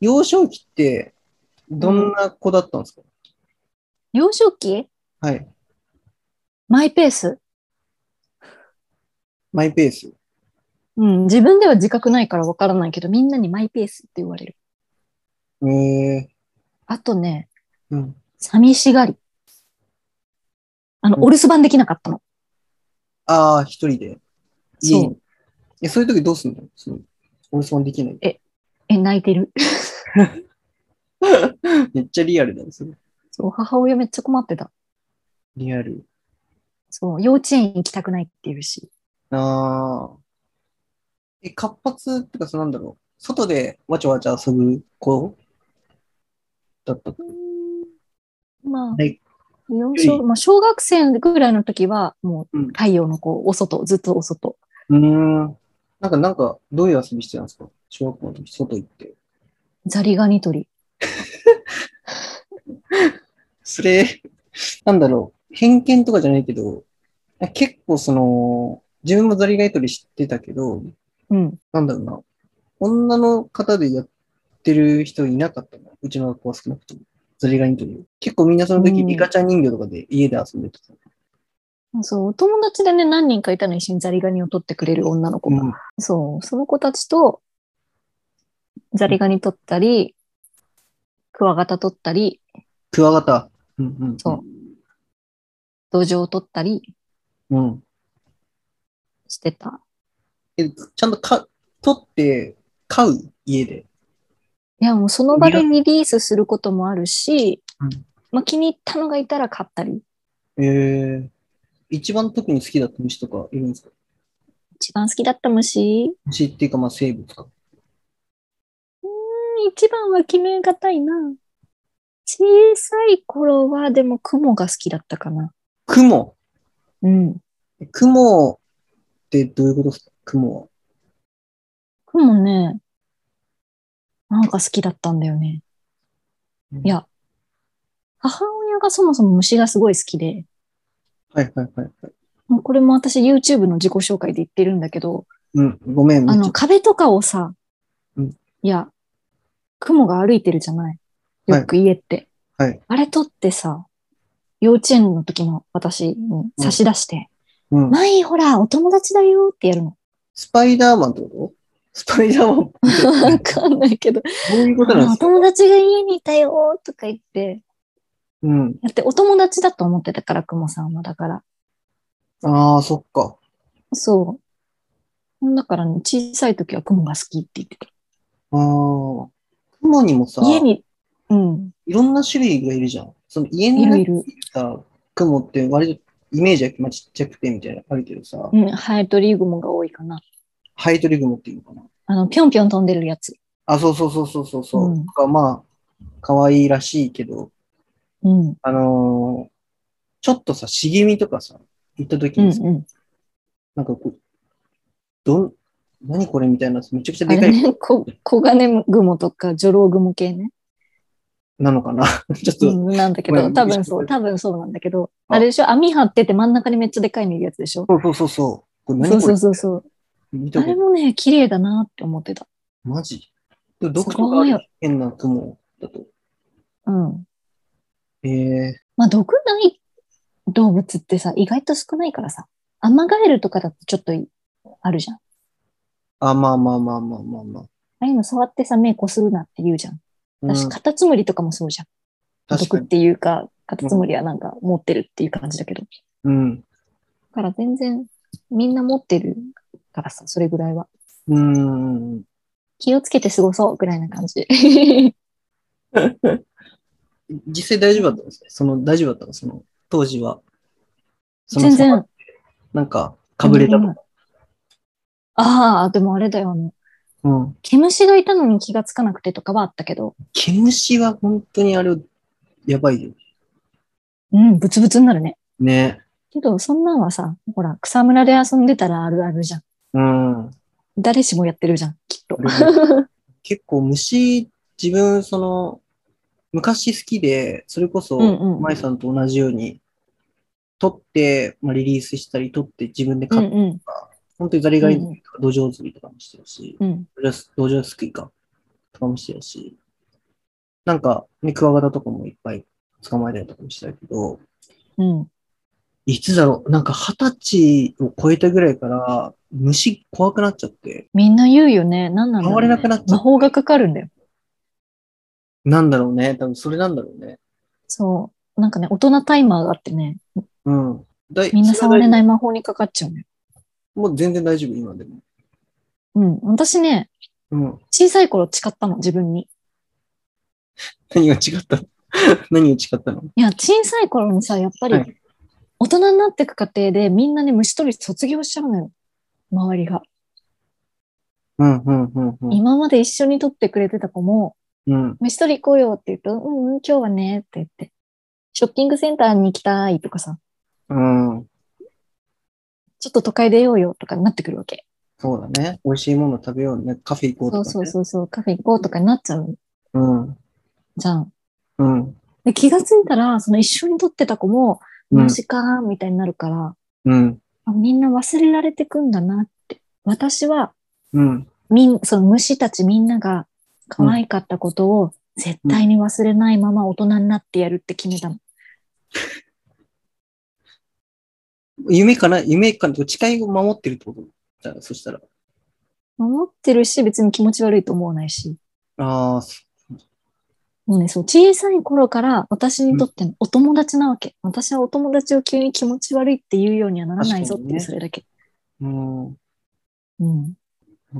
幼少期って、どんな子だったんですか、幼少期はい。マイペース。マイペース。うん、自分では自覚ないからわからないけど、みんなにマイペースって言われる。ええあとね、うん。寂しがり。あの、うんお留守番できなかったの。ああ、一人で。家そにう。え、そういう時どうすんのその、お留守番できない。え、泣いてる。 めっちゃリアルだね、それ。そう、母親めっちゃ困ってた。リアル。そう、幼稚園行きたくないって言うし。ああ。え、活発ってか、そうなんだろう。外でわちゃわちゃ遊ぶ子だった。まあ、はい幼少、まあ、小学生ぐらいの時は、もうんう太陽のこう、お外、ずっとお外。うーん。なんか、なんか、どういう遊びしてたんですか小学校の時、外行って。ザリガニ取り。それ、なんだろう。偏見とかじゃないけど、結構その、自分もザリガニ取り知ってたけど、うん。なんだろうな。女の方でやってる人いなかったな。うちの学校は少なくとも。ザリガニ取りを。結構みんなその時、うんリカちゃん人形とかで家で遊んでた。そう、お友達でね、何人かいたの、一緒にザリガニを取ってくれる女の子が。うんそう、その子たちと、ザリガニ取ったり、クワガタ取ったり、クワガタ。うんうん、そう土壌取ったりう。うん。してた。え、ちゃんとか、取って、飼う家で。いや、もうその場でリリースすることもあるしうん、まあ、気に入ったのがいたら買ったり、えー、一番特に好きだった虫とかいるんですか一番好きだった虫、虫っていうか、まあ生物か。うん一番は決めがたいな。小さい頃は、でも、雲が好きだったかな。雲。うん。雲ってどういうことですか雲は。雲ね、なんか好きだったんだよね。いや、母親がそもそも虫がすごい好きで、はいはいはいはい。もうこれも私 YouTube の自己紹介で言ってるんだけど、うん、ごめん。あめっのち壁とかをさ、うんいや、雲が歩いてるじゃないはいよく家って。はいあれ取ってさ、幼稚園の時の私に差し出して、ゃうん、マイほら、お友達だよってやるの。スパイダーマンってことスパイダーマンってわかんないけど、どういうことなんあでおすか友達が家にいたよとか言って、うん。だってお友達だと思ってたから、雲さんは。だから。ああ、そっか。そう。だからね、小さい時は雲が好きって言ってた。ああ。雲にもさ、家に、うん、いろんな種類がいるじゃん。その家いのる中いにる。さ、雲って割とイメージはまあちっちゃくてみたいなのあるけどさ、うん、ハエトリグモが多いかな。ハエトリグモっていうのかな。あの、ぴょんぴょん飛んでるやつ。あ、そうそうそうそうそうそう。うんとかまあ、可愛いらしいけど、うん。あのーちょっとさ、茂みとかさ、行った時うんにさ、うなんかこう、どん、何これみたいな、めちゃくちゃん。あでかれいね、こ黄金グモとか、ジョロウグモ系ね。なのかな。 ちょっと、うん、なんだけこど、れ多分そう、多分そうなんだけど、ああれでしょ網張ってて真ん中にめっちゃでかいのいるやつでしょそうそうそうそう。これ何そうこそれうそうそう。見たあこれともね、綺麗だなって思ってた。マジでも独特があすごる変な雲だと。うん。ええまあ、毒ない動物ってさ、意外と少ないからさ。アマガエルとかだとちょっといあるじゃん。ああ、まあまあまあまあまあまあ。あいうの触ってさ、目こするなって言うじゃん。うんだし、カタツムリとかもそうじゃん。確毒かっに。ていうか、カタツムリはなんか持ってるっていう感じだけど。だうん。から全然みんな持ってるからさ、それぐらいは。うーん。 気をつけて過ごそうぐらいな感じ。実際大丈夫だったんですね。その、大丈夫だったのその、当時は。その全然。。あなんか、かぶれたとか。あー、でもあれだよ、あの、うん。毛虫がいたのに気がつかなくてとかはあったけど、毛虫は本当にあれ、やばいようん、ブツブツになるね。ね。けど、そんなんはさ、ほら、草むらで遊んでたらあるあるじゃん。 うん。誰しもやってるじゃん、きっと。結構虫、自分、その、昔好きで、それこそ、うんうん舞さんと同じように、撮って、まあ、リリースしたり、撮って自分でうん買って、うん本当にザリガニとか、土壌釣りとかもしてるし、うん。土壌土壌すくいか、とかもしてるし、なんか、ね、クワガタとかもいっぱい捕まえたりとかもしたけど、うん。いつだろう、なんか二十歳を超えたぐらいから、虫怖くなっちゃって、みんな言うよね。何なんだろう、回れね。なくなっちゃう魔法がかかるんだよ。なんだろうね、多分それなんだろうね。そう。なんかね、大人タイマーがあってね、うん。だい。みんな触れないい魔法にかかっちゃうのよ。もう全然大丈夫、今でも。うん。私ね、うん。小さい頃誓ったの、自分に。何が違った の何が違ったのいや、小さい頃にさ、やっぱはり、大人になっていく過程で、みんなね、虫取り卒業しちゃうのよ。周りが。うん、うん、うん、うん。今まで一緒に取ってくれてた子も、うん、虫取り行こうよって言うと、うんうん、今日はね、って言って。ショッピングセンターに行きたいとかさ、うん。ちょっと都会出ようよとかになってくるわけ。そうだね。美味しいもの食べようね。カフェ行こうとか、そね。うそうそうそう、カフェ行こうとかになっちゃううん。じゃん。うん。で、気がついたら、その一緒に撮ってた子も、うんマ。ジか、みたいになるから、うん。あみんな忘れられてくんだなって。私は、うん。みん、その虫たちみんなが可愛かったことを絶対に忘れないまま大人になってやるって決めたの。夢かな夢かな誓いを守ってるってことじゃあ、そしたら。守ってるし、別に気持ち悪いと思わないし。ああ、そもうね、そう、小さい頃から私にとってのお友達なわけ。私はお友達を急に気持ち悪いって言うようにはならないぞっていう、確それだけ。うん。もうん。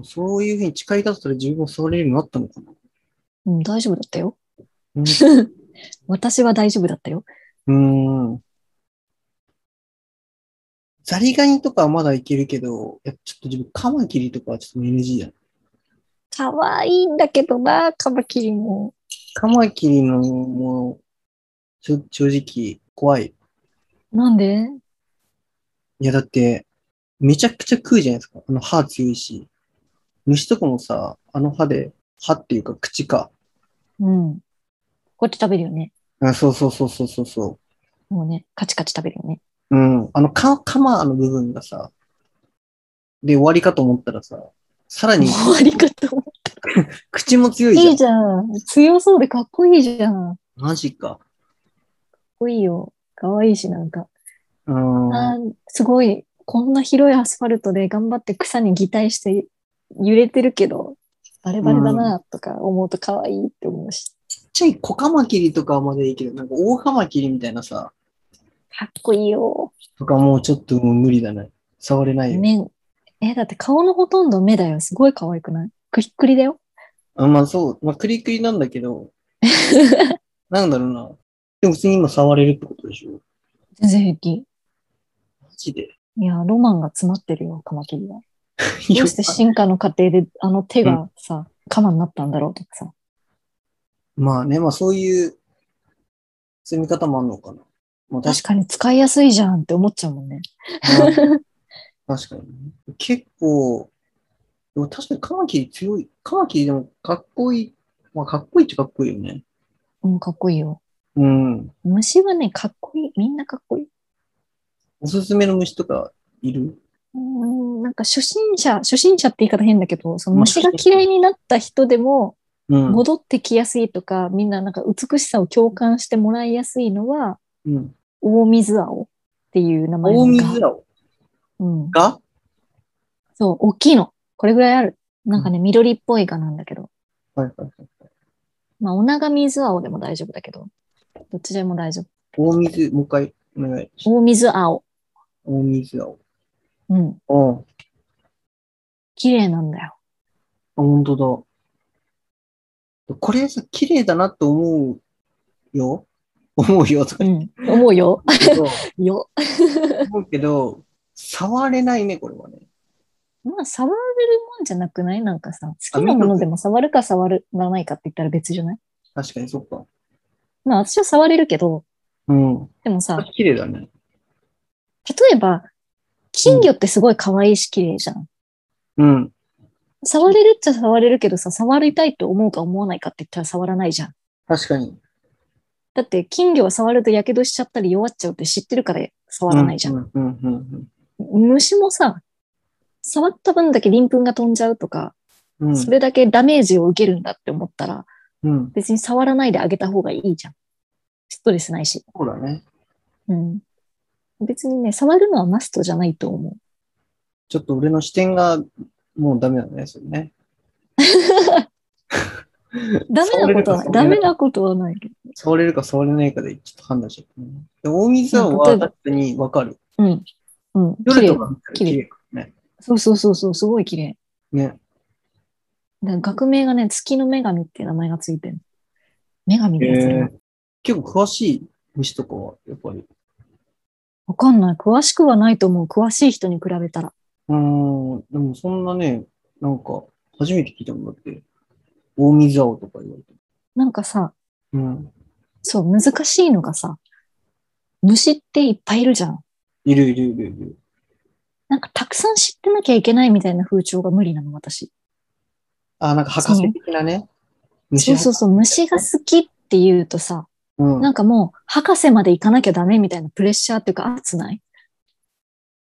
うそういうふうに誓い出すと自分もそれるようになったのかなうん、大丈夫だったよ。うん私は大丈夫だったよ。うーん。ザリガニとかはまだいけるけど、いやちょっと自分、カマキリとかはちょっと NG だ。可愛いんだけどな、カマキリも。カマキリの、もう、ちょ正直、怖い。なんでいや、だって、めちゃくちゃ食うじゃないですか。あの歯強いし。虫とかもさ、あの歯で、歯っていうか口か。うん。こうやって食べるよね。あそうそうそうそうそうそもうね、カチカチ食べるよね。う。うん。あの、か、カマの部分がさ、で終わりかと思ったらさ、さらに終わりかと思口も強う。いじゃいん。いじゃん。強そうでかっこいいじゃん。かっマジか。こいいよ。かわいいし、なんか。うん。あーすごい。こんな広いアスファルトで頑張って草に擬態して揺れてるけど、バレバレだな、とか思うと可愛いって思うし。ちっちゃい小カマキリとかはまでいいけど、なんか大カマキリみたいなさ、かっこいいよ。とかもうちょっともう無理だね。触れないよ。目、え、だって顔のほとんど目だよ。すごい可愛くないくりっくりだよ。あまあそう、まあクリクリなんだけ ど、なんだろうな。でも普通に今触れるってことでしょ全然平気。マジで。いや、ロマンが詰まってるよ、カマキリは。いやどうして進化の過程であの手がさ、カマになったんだろうとかさ。 まあね、まあそういう積み方もあるのかな。まあ確確かに使いやすいじゃんって思っちゃうもんね。かに。 確かにね。結構、でも確かにカマキリ強い。カマキリでもかっこいい。まあかっこいいっちゃかっこいいよね。うん、かっこいいよ。うん。虫はね、かっこいい。みんなかっこいい。おすすめの虫とかいるうーん、なんか初心者、初心者って言い方変だけど、その虫が嫌いになった人でもうん。戻ってきやすいとか、みんななんか美しさを共感してもらいやすいのは、うん大水青っていう名前の大が水青うん。がそう、大きいの。これぐらいある。なんかね、緑っぽいがなんだけど。はいはいはい。まあ、お長水青でも大丈夫だけど、どっちでも大丈夫。大水、もう一回お願いします。大水青。大水青。うん。ああ、あ綺麗なんだよ。本当だ。これさ、綺麗だなと思うよ。思うよとかう言ん。思 うよ。うけど、よ。思うけど、触れないね、これはね。まあ、触れるもんじゃなくないなんかさ、好きなものでも触るか触らないかって言ったら別じゃない確かに、そっか。まあ、私は触れるけど、うん。でもさ、綺麗だね。例えば、金魚ってすごい可愛いし綺麗じゃん。うん。触れるっちゃ触れるけどさ、触りたいと思うか思わないかって言ったら触らないじゃん。確かに。だって、金魚は触ると火傷しちゃったり弱っちゃうって知ってるから触らないじゃんうんうんうんうん虫もさ、触った分だけ鱗粉が飛んじゃうとか、うん。うんそれだけダメージを受けるんだって思ったら、うん。別に触らないであげた方がいいじゃん。ストレスないし。そうだね。うん。別にね、触るのはマストじゃないと思う。ちょっと俺の視点がもうダメなんですよね。ダメなことはない。ダ触れるか触れなメいなことはないけど。触れるか触れないかでちょっと判断しちゃったね。で大水さんうん例はえば確かにわかる。うん。うん。綺夜と麗。か見たら綺麗綺麗からね。そうそうそうそう、すごい綺麗。ね。だ学名がね、月の女神っていう名前がついてる。女神のやつだえよー、結構詳しい虫とかは、やっぱり。わかんない。詳しくはないと思う。詳しい人に比べたら。うーん、でもそんなね、なんか、初めて聞いたもんだって、大水青とか言われて。なんかさ、うん。そう、難しいのがさ、虫っていっぱいいるじゃん。いるいるいるいる。なんかたくさん知ってなきゃいけないみたいな風潮が無理なの、私。あ、なんか博士的なね。そうそうそう、虫が好きって言うとさ、う。うん。なんかもう、博士まで行かなきゃダメみたいなプレッシャーっていうか、圧ない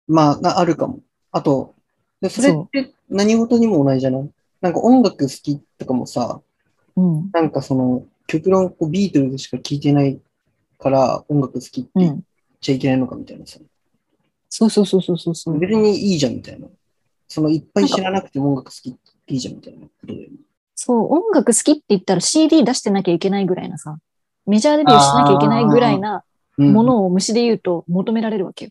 まあ、なあるかも。あと、でそれって何事にも同じじゃないなんか音楽好きとかもさ、うん。なんかその、極論こうビートルズしか聴いてないから音楽好きってう言っん。ちゃいけないのかみたいなさ。そうそうそうそうそうそう。別にいいじゃんみたいな。そのいっぱい知らなくても音楽好きっていいじゃんみたいなことだよね。そう、音楽好きって言ったら CD 出してなきゃいけないぐらいなさ、メジャーデビューしなきゃいけないぐらいなうんものを虫で言うと求められるわけよ。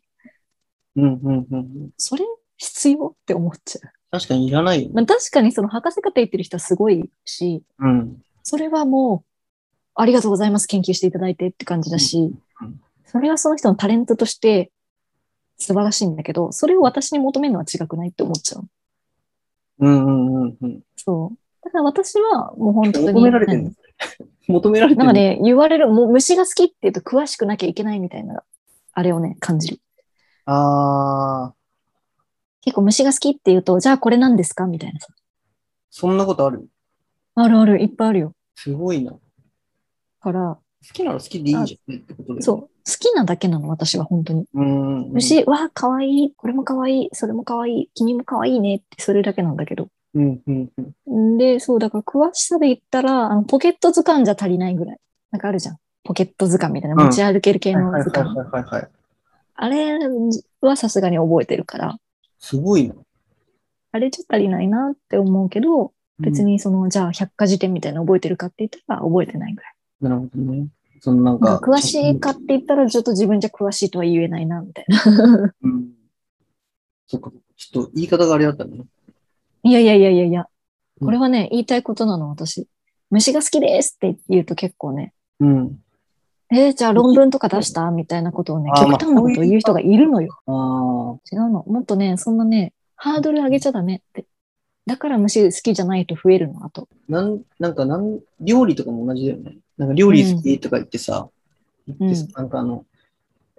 うんうんうんうん。それ必要って思っちゃ確かにいらないよう。ね。まあ確かにその博士課程言ってる人はすごいし、うん。それはもう、ありがとうございます、研究していただいてって感じだしうんうん、それはその人のタレントとして素晴らしいんだけど、それを私に求めるのは違くないって思っちゃう。うんうんうんうん。そう。だから私はもう本当に。求められてるうんの求められてなるんかのね、言われる、もう虫が好きって言うと詳しくなきゃいけないみたいな、あれをね、感じる。ああ、結構虫が好きって言うと、じゃあこれ何ですかみたいなさ。そんなことあるあるある、いっぱいあるよ。すごいな。好から、きなら好きでいいじゃんねってことで。そう、好きなだけなの、私は本当に。う。うんうん。虫、わあ、かわいい、これもかわいい、それもかわいい、君もかわいいねって、それだけなんだけど。うんうんうん。んで、そう、だから詳しさで言ったら、あのポケット図鑑じゃ足りないぐらい。なんかあるじゃん。ポケット図鑑みたいな、うん持ち歩ける系はいのはい図はい鑑。はいはいはい。あれはさすがに覚えてるから、すごいな。あれじゃ足りないなって思うけど、別にその、じゃあ百科事典みたいなの覚えてるかって言ったら覚えてないぐらい。うん。なるほどね。そのなんなかん。か詳しいかって言ったらちょっと自分じゃ詳しいとは言えないな、みたいな。うん。そっか。ちょっと言い方があれだったね。いやいやいやいやいや。うんこれはね、言いたいことなの、私。虫が好きですって言うと結構ね、うん。えーじゃあ論文とか出したみたいなことをね、あー極端なことを言う人がいるのよ。ああ。違うの。もっとね、そんなね、ハードル上げちゃダメって。だから虫好きじゃないと増えるの、あと。なん、なんかなん、料理とかも同じだよね。なんか料理好きとか言ってさ、言ってさうんなんかあの、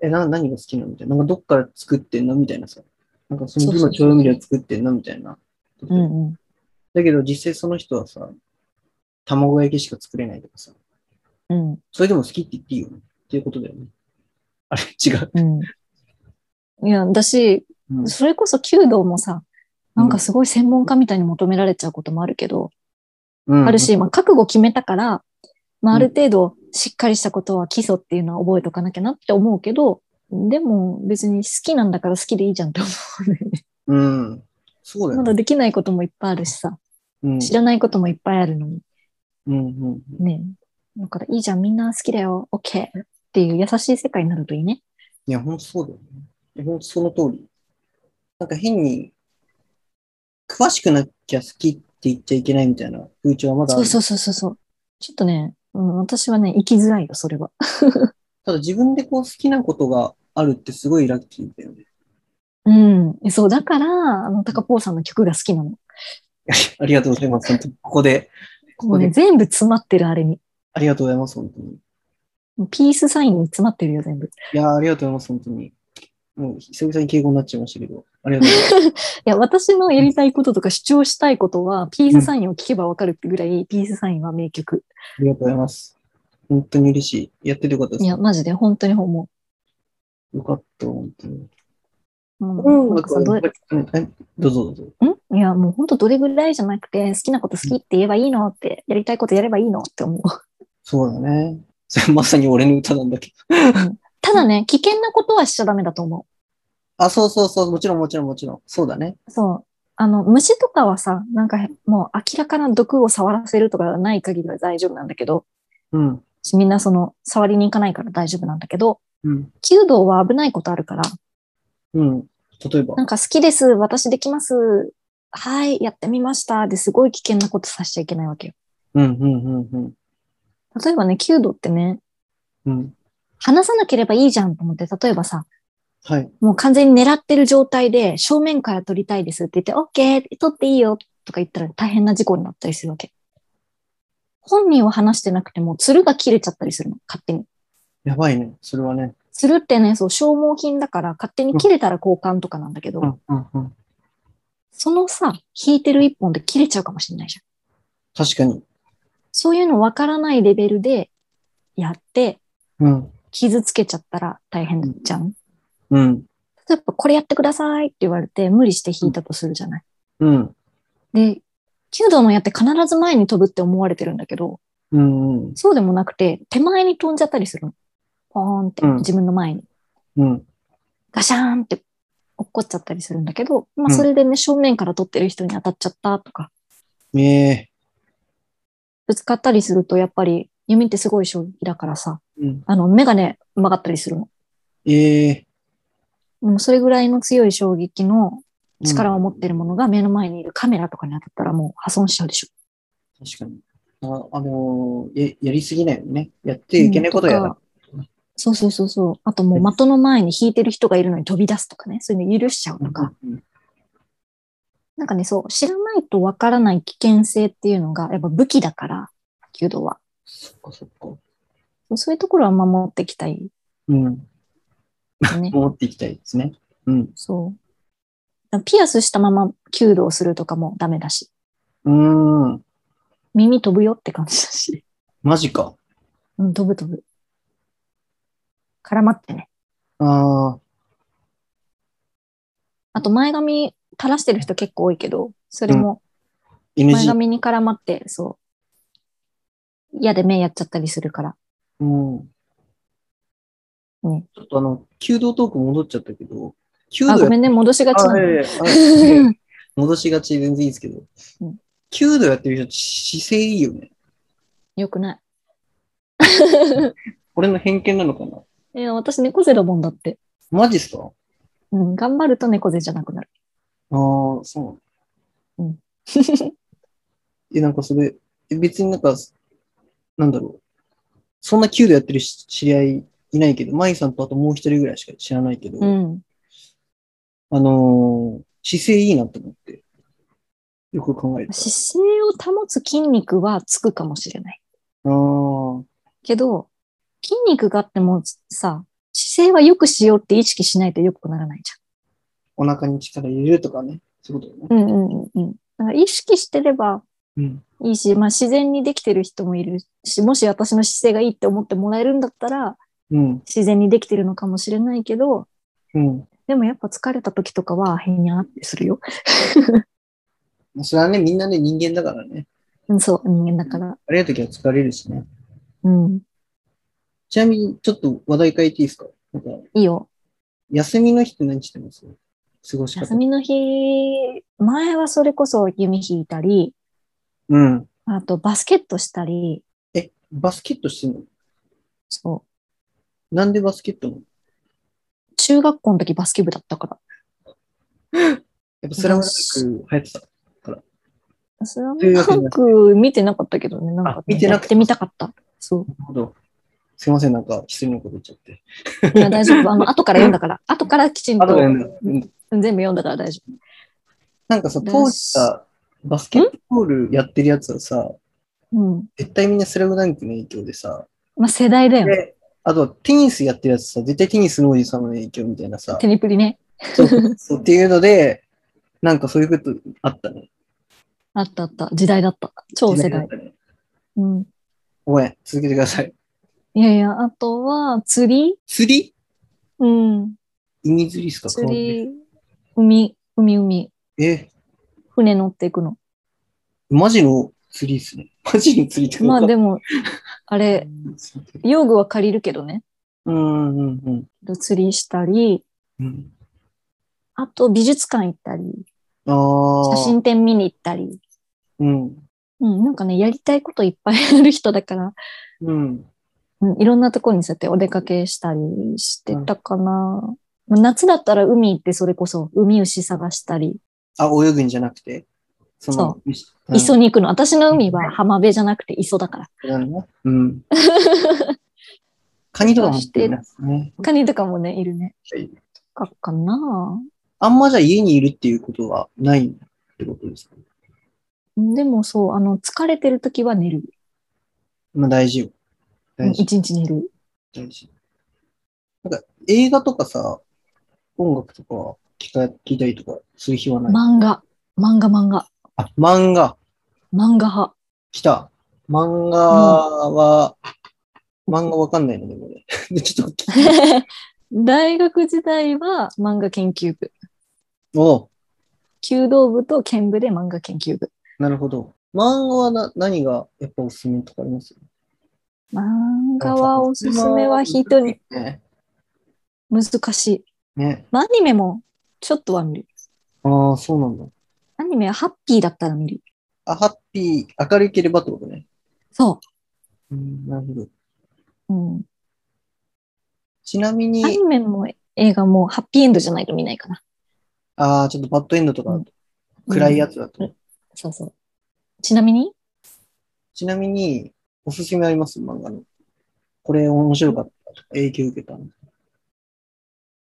え、な何が好きなのみたいな。なんかどっから作ってんのみたいなさ。なんかその部の調味料作ってんのみたいな。うんうん。だけど実際その人はさ、卵焼きしか作れないとかさ、うん。それでも好きって言っていいよね。っていうことだよ ね。あれ違う。うん。いや、だし、 うんそれこそ弓道もさ、なんかすごい専門家みたいに求められちゃうこともあるけど、うんあるし、まあ、覚悟決めたから、まあ、うんある程度しっかりしたことは基礎っていうのは覚えとかなきゃなって思うけど、でも別に好きなんだから好きでいいじゃんって思う、ね。うん。そうだよまねだ。できないこともいっぱいあるしさ、うん。知らないこともいっぱいあるのに、うんうん。ね。だからいいじゃん、みんな好きだよ、OK っていう優しい世界になるといいね。いや、ほんとそうだよねいや。ほんとその通り。なんか変に、詳しくなきゃ好きって言っちゃいけないみたいな風潮はまだあるそうそうそうそうそう。ちょっとね、うん、私はね、生きづらいよ、それは。ただ自分でこう好きなことがあるってすごいラッキーだよね。うん。そう、だから、あの、タカポーさんの曲が好きなの。ありがとうございます。本当にここで。こもこうね、で。全部詰まってる、あれに。ありがとうございます。本当に。もうピースサインに詰まってるよ、全部。いいやー、ありがとうございます。本当に。もう久々に敬語になっちゃいましたけど。ありがとうございます。や、私のやりたいこととか主張したいことは、ピースサインを聞けばわかるってぐらい、ピースサインは名曲。ありがとうございます。本当に嬉しい。やっててよかったでいす。や、マジで、本当に思よかった、本当に。う。うん。音なんか楽さはどうややっぱり、うんえどうぞどうぞ。んいや、もう本当どれぐらいじゃなくて、好きなこと好きって言えばいいのって、やりたいことやればいいのって思う。そうだね。そ れまさに俺の歌なんだけど。ただね、危険なことはしちゃダメだと思あ、そうそうそう。もちろんもちろんもちろん。そうだね。う。そう。あの、虫とかはさ、なんかもう明らかな毒を触らせるとかがない限りは大丈夫なんだけど、うん。みんなその、触りに行かないから大丈夫なんだけど、うん。弓道は危ないことあるから、うん。例えばな。んか好きです、私できます、はい、やってみました、ですごい危険なことさせちゃいけないわけよ。うん、うん、うん、例えばね、弓道ってね、うん。うん。話さなければいいじゃんと思って、例えばさ、はい。もう完全に狙ってる状態で正面から撮りたいですって言って、OK! 撮っていいよとか言ったら大変な事故になったりするわけ。本人は話してなくても、鶴が切れちゃったりするの、勝手に。やばいね。それはね。鶴ってね、そう、消耗品だから、勝手に切れたら交換とかなんだけど、うん、うん、うん。そのさ、引いてる一本で切れちゃうかもしれないじゃん。確かに。そういうの分からないレベルでやって、うん。傷つけちゃったら大変じゃん。うん。例えば、これやってくださいって言われて、無理して引いたとするじゃない。うん。で、弓道の矢って必ず前に飛ぶって思われてるんだけど、うん、うん。そうでもなくて、手前に飛んじゃったりするの。ポーンって、うん自分の前に。うん。ガシャーンって落っこっちゃったりするんだけど、まあうんそれでね、正面から撮ってる人に当たっちゃったとか、えぶつかったりすると、やっぱり弓ってすごい衝撃だからさ、えうん。あの、目がね、曲がったりするの。ええもうそれぐらいの強い衝撃のうん力を持ってるものが目の前にいるカメラとかに当たったらもう破損しちゃうでしょ。確かに。あ、あのーや、やりすぎないよね。やっていけないことはやらうんとかそうそうそうそう。あともう的の前に引いてる人がいるのに飛び出すとかね、そういうの許しちゃうとか。うんなんかね、そう、知らないとわからない危険性っていうのが、やっぱ武器だから、弓道は。そっかそっか。そうそういうところは守っていきたいうん。よね。持っていきたいですね。うん。そう。だからピアスしたまま弓道するとかもダメだし、うーん。耳飛ぶよって感じだし。マジか。うん、飛ぶ飛ぶ。絡まってね。ああ、あと前髪垂らしてる人結構多いけど、それも前 NG。髪に絡まって、そう。嫌で目やっちゃったりするから。うん。ねちょっとあの、弓道トーク戻っちゃったけど、弓道あ、やごめんね、戻しがちなあ、の。ええあええうん 戻しがち全然いいですけどうん、弓道やってる人って姿勢いいよね。 よくない。俺の偏見なのかなえー私、猫背だもんだって。マジっすかうん、頑張ると猫背じゃなくなる。ああ、そう。うん。 え、なんかそれ、え別になんか、なんだろう。そんな弓道やってるし知り合いいないけど、舞さんとあともう一人ぐらいしか知らないけど、うん。あのー姿勢いいなと思って。よく考えた。姿勢を保つ筋肉はつくかもしれない。あーけど、筋肉があってもさ、姿勢は良くしようって意識しないと良くならないじお腹に力入れるとかね。そういうことだよね。ゃん。うんうんうんうん。だから意識してればうん。いいし、まあ自然にできてる人もいるし、もし私の姿勢がいいって思ってもらえるんだったら、うん。自然にできてるのかもしれないけど、うん。でもやっぱ疲れた時とかは、へにゃーってするよ。まあそれはね、みんなね、人間だからね。うん、そう、人間だから。あれの時は疲れるしね。うん。ちなみに、ちょっと話題変えていいですかなんか、いいよ。休みの日って何してます過ごし方。休みの日、前はそれこそ弓引いたり、うん。あとバスケットしたり、え、バスケットしてんのそなんでバスケットなのう、中学校の時バスケ部だったかやっぱスラムダンク流行ってた。ら。スラ中ム学ダの時ンク見てなかったけどね、なんかね、あ見てなやくっててみたかった。そなるほど。すいません、なんか、失礼なこと言っちゃって。う。いや、大丈夫。あの、後から読んだから。後からきちんあとと全ねうん部読んだから大丈夫。なんかさ、当時さ、バスケットボールやってるやつはさ、うん。絶対みんなスラムダンクの影響でさ、まあ、世代だよね。で、あとテニスやってるやつさ、絶対テニスのおじさんの影響みたいなさ、テニプリね。そうそうそうっていうので、なんかそういうことあったね。あったあった。時代だった。超世時代だ代っ。たね。うん。ごめん、続けてください。いやいや、あとは、釣り釣りうん。海釣りっすか釣。り、海、海、海。川辺え、船乗っていくの。マジの釣りっすね。 マジの釣りってまあでも。も、あれ、用具は借りるけどね。うんうんうん釣りしたり、うん。あと美術館行ったり、ああ。写真展見に行ったり。うん。うん、なんかね、やりたいこといっぱいある人だから、うん。うん、いろんなところにそうやってお出かけしたりしてたかな。まあ夏だったら海行ってそれこそ海牛探したり、あ、泳ぐんじゃなくて。そその、うん磯に行くの。私の海は浜辺じゃなくて磯だから。そうだね うん。カニとかもってるんですね。カニとかもね、いるね。かかなあんまじゃあ家にいるっていうことはないってことですかでもそう、あの、疲れてる時は寝る。まあ大事よ。うん大事、一日寝る。大事。なんか映画とかさ、音楽とか聞か聞いたりとかする日はない。漫画。漫画漫画。あ、漫画。漫画派。 来た。漫画は、漫画わかんないので、これ。 で、ちょっと聞い大学時代は漫画研究部。おう弓道部と剣部で漫画研究部。なるほど。漫画はな何がやっぱおすすめとかあります漫画はおすすめは人に。ね。難しい。ね。まあアニメもちょっとは見る。ああ、そうなんだ。アニメはハッピーだったら見る。あ、ハッピー、明るければってことね。そうん、なるほど。う。うん、ちなみにア、ニメも映画もハッピーエンドじゃないと見ないかな。ああ、ちょっとバッドエンドとかだと、暗いやつだと。うんそうそう。ちなみにちなみに、おすすめあります漫画の。これ面白かったとか、影響受けたの。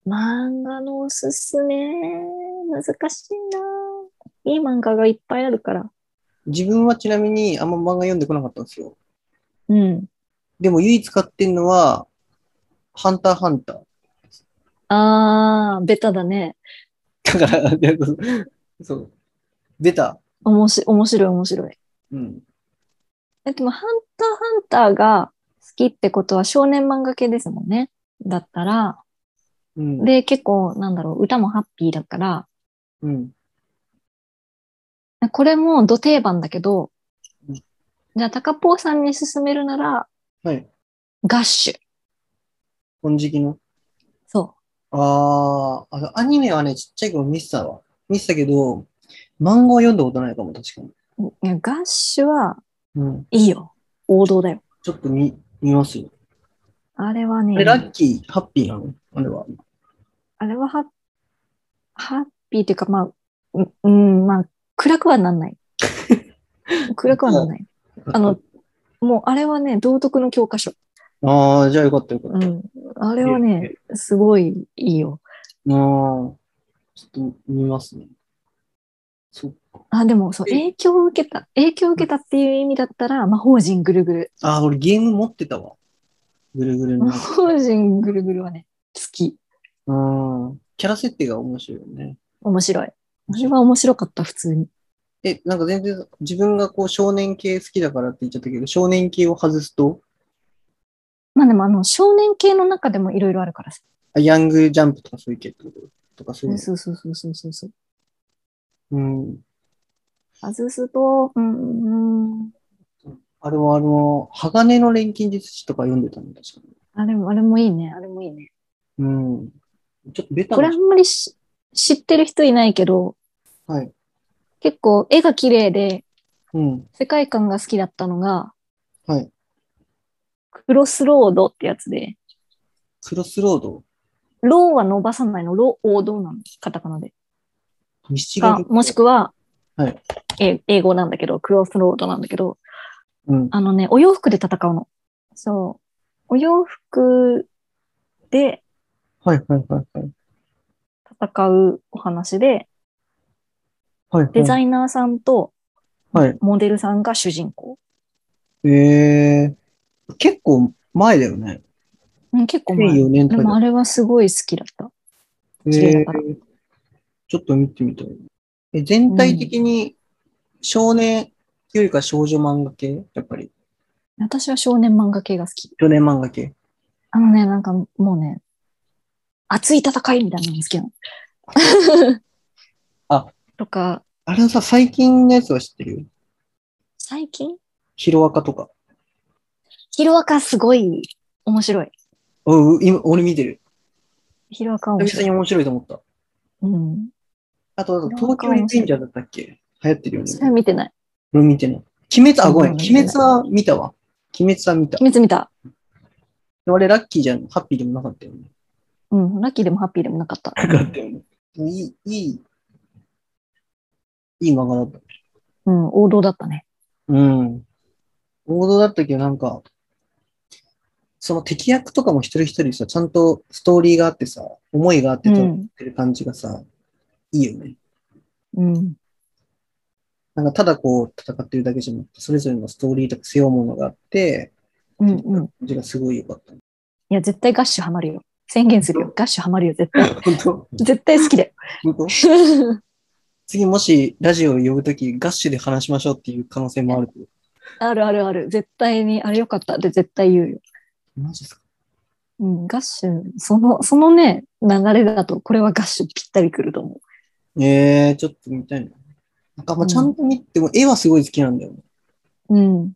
漫画のおすすめ、難しいな。いい漫画がいっぱいあるから。自分はちなみに、あんま漫画読んでこなかったんですよ。うん。でも唯一買ってんのは、ハンターハンター。あー、ベタだね。 だから、 いやそうそう。ベタ。おもし、面白い面白い。うん。え、でも、ハンターハンターが好きってことは少年漫画系ですもんね。だったら、うん。で、結構、なんだろう、歌もハッピーだから、うん。これも土定番だけどうん、じゃあ、高ポーさんに勧めるなら、はい。ガッシュ。金色の。そあーあの、アニメはね、ちっちゃい頃見てたわ。見てたけど、漫画は読んだことないかも、確かに。う。いやガッシュはうん。いいよ。王道だよ。ちょっと見、見ますよ。あれはあねれ、、ラッキー、ハッピーなのあれは。あれはハッ、ハッピーっていうか、まあ、ううん、まあ、暗くはなん ない。暗くはなんない。あの、もうあれはね、道徳の教科書。ああ、じゃあよかったよかうった。ん。あれはね、すごいいいよ。あーちょっと見ますね。そっか。あ、でも、そう、影響を受けた、影響を受けたっていう意味だったら、魔法陣ぐるぐる。ああ、俺ゲーム持ってたわ。ぐるぐる魔の。法陣ぐるぐるはね、好き。うん。キャラ設定が面白いよね。面白い。あれは面白かった、普通に。え、なんか全然自分がこう少年系好きだからって言っちゃったけど、少年系を外すと、まあでも、あの、少年系の中でもいろいろあるからさ。あヤングジャンプとかそういう系ってこととかそういうのそうそうそうそうそうそう。うん。外すと、うん、うん。あれはあの、鋼の錬金術師とか読んでたんですよね。あれも、あれもいいね。あれもいいね。うん。ちょっとベタこれあんまりし知ってる人いないけど、はい。結構絵が綺麗でうん。世界観が好きだったのが、はい。クロスロードってやつで、クロスロード。ローは伸ばさないの、ロー王道なの、カタカナで。ミシガかル。もしくは、はいえ英語なんだけど、クロスロードなんだけど、うん。あのね、お洋服で戦うの。そう。お洋服ではいはいはいはい。戦うお話で、はい、はい。デザイナーさんとはい。モデルさんが主人公。えー、結構前だよね。うん、結構前。 2004年でともかあれはすごい好きだった。で。れえだからー、ちょっと見てみたい。え全体的に少年よりか少女漫画系やっぱり。私は少年漫画系が好き。少年漫画系。あのね、なんかもうね、熱い戦いみたいなのが好きなの。 あとか、あれのさ、最近のやつは知ってるよ。最近ヒロアカとか。ヒロアカすごい面白い。うん、今、俺見てる。ヒロアカ面久白々い。に面白いと思った。うん。あと、あとヒロア東カ京はリ面白いベンジャーだったっけ流行ってるよねそ。れは見てない。俺見てない。鬼滅、あ、ごめん。うん鬼滅は見たわ。鬼滅は見た。鬼滅見た。あれラッキーじゃん。ハッピーでもなかったよね。うん。ラッキーでもハッピーでもなかった。なかったよね。いい、いい、いい漫画だった。うん。王道だったね。うん。王道だったけど、なんか、その敵役とかも一人一人さ、ちゃんとストーリーがあってさ、思いがあってう撮っん。てる感じがさ、いいよね。うん。なんかただこう戦ってるだけじゃなくて、それぞれのストーリーとか背負うものがあって、うん。うん。い感じがすごい良かった。や、絶対ガッシュハマるよ。宣言するよ。ガッシュハマるよ、絶対。 本当絶対好き で。本当次もしラジオを呼ぶとき、ガッシュで話しましょうっていう可能性もあるけど。あるあるある。絶対に、あれよかったって絶対言うよ。マジですかうん。ガッシュ、その、そのね、流れだと、これはガッシュぴったりくると思う。ええー、ちょっと見たいな。なんかまあちゃんと見ても、絵はすごい好きなんだよね。うん。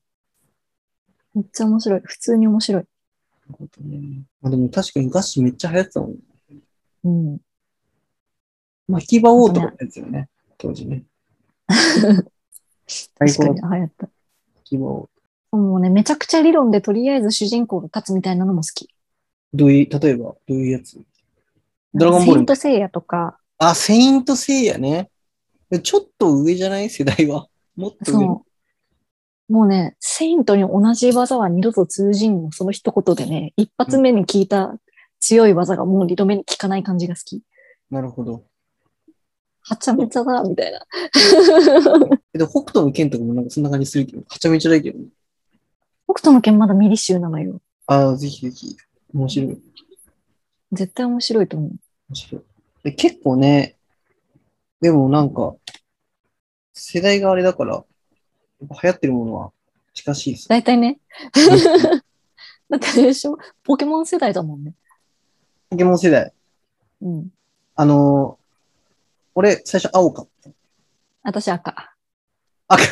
めっちゃ面白い。普通に面白い。本当ねまあ、でも確かにガッシュめっちゃ流行ってたもん。うん。巻き場王とかのやつよね、当時 ね。最確か高のに巻流行った。き場王。もうね、めちゃくちゃ理論でとりあえず主人公が勝つみたいなのも好き。どういう、例えば、どういうやつドラゴンボールセイみンたいトセイヤとか、あ、セイントセイヤね。ちょっと上じゃない世代は。 もっと上。そう。もうね、セイントに同じ技は二度と通じんの、その一言でね、一発目に聞いた強い技がもう二度目に聞かない感じが好き。なるほど。はちゃめちゃだ、みたいな。けど、北斗の剣とかもなんかそんな感じするけど、はちゃめちゃだけどね。北斗の拳まだミリ集なのよ。ああ、ぜひぜひ。面白い。面絶対面白いと思う。白い。で結構ね、でもなんか、世代があれだから、やっぱ流行ってるものは近しいですね。大体ね。だってあれでしょ、ポケモン世代だもんね。ポケモン世代。うん。あのー俺、最初青かった。私赤。赤。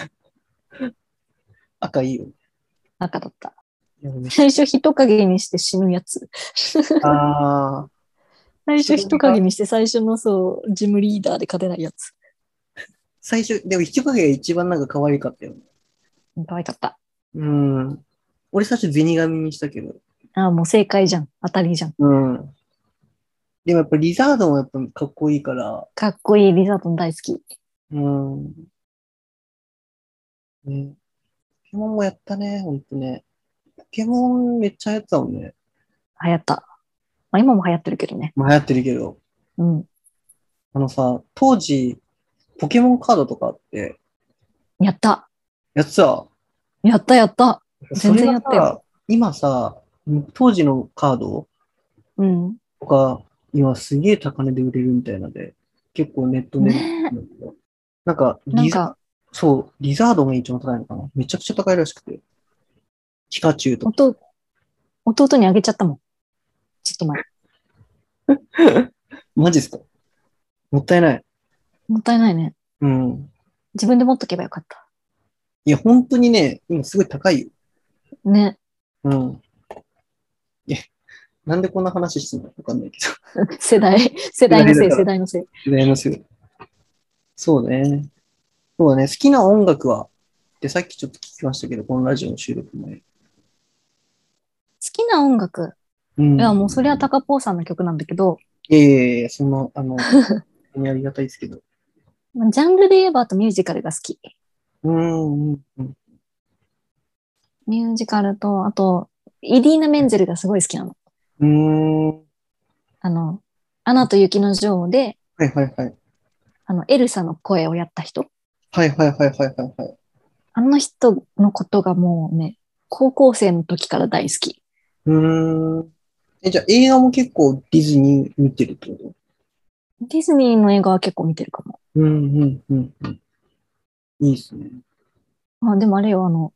赤いいよ。赤だった。いやめっち最初人影にして死ぬやつ。ゃあー最初人影にして最初のそう、ジムリーダーで勝てないやつ。最初、でも一番が一番なんか可愛かったよね。可愛かった。うん。俺最初銭神にしたけど。ああ、もう正解じゃん。当たりじゃん。うん。でもやっぱリザードンはやっぱかっこいいから、かっこいいリザートン大好き。うん。ね。ポケモンもやったね、ほんとね。ポケモンめっちゃ流行ってたもんね。流行った。まあ今も流行ってるけどね。まあ流行ってるけど。うん。あのさ、当時、ポケモンカードとかあって、やった。やつは、やったやった。そ全れ然やがったよさ、今さ、当時のカードうん。とか、今すげえ高値で売れるみたいなので、結構ネットで、ねなんかえ。なんリザ、か、そう、リザードが一番高いのかなめちゃくちゃ高いらしくて。ピカチュウとか。弟、弟にあげちゃったもん。ちょっと前。マジっすかもったいない。もったいないね。うん。自分で持っとけばよかった。いや、本当にね、今すごい高いよ。ね。 うん。いや、なんでこんな話してんのわかんないけど。世代、世代のせい、世世代のせい。違いますよ。そうね。そうだね。好きな音楽はってさっきちょっと聞きましたけど、このラジオの収録前。好きな音楽。うん。いや、もうそれはた、タカポーさんの曲なんだけど、いやいやいや、そんな、 あの、本当にありがたいですけど。ジャンルで言えばあとミュージカルが好き。うーん。うんうんミュージカルと、あと、イディーナ・メンゼルがすごい好きなの。うーん。はあの、アナと雪の女王で、いはいはい。あの、エルサの声をやった人。はいはいはいはいはいはい。あの人のことがもうね、高校生の時から大好き。うーん。え、じゃあ映画も結構ディズニー見てるってことディズニーの映画は結構見てるかも。うんうんうんうん。いいですね。あでもあれよ、あの、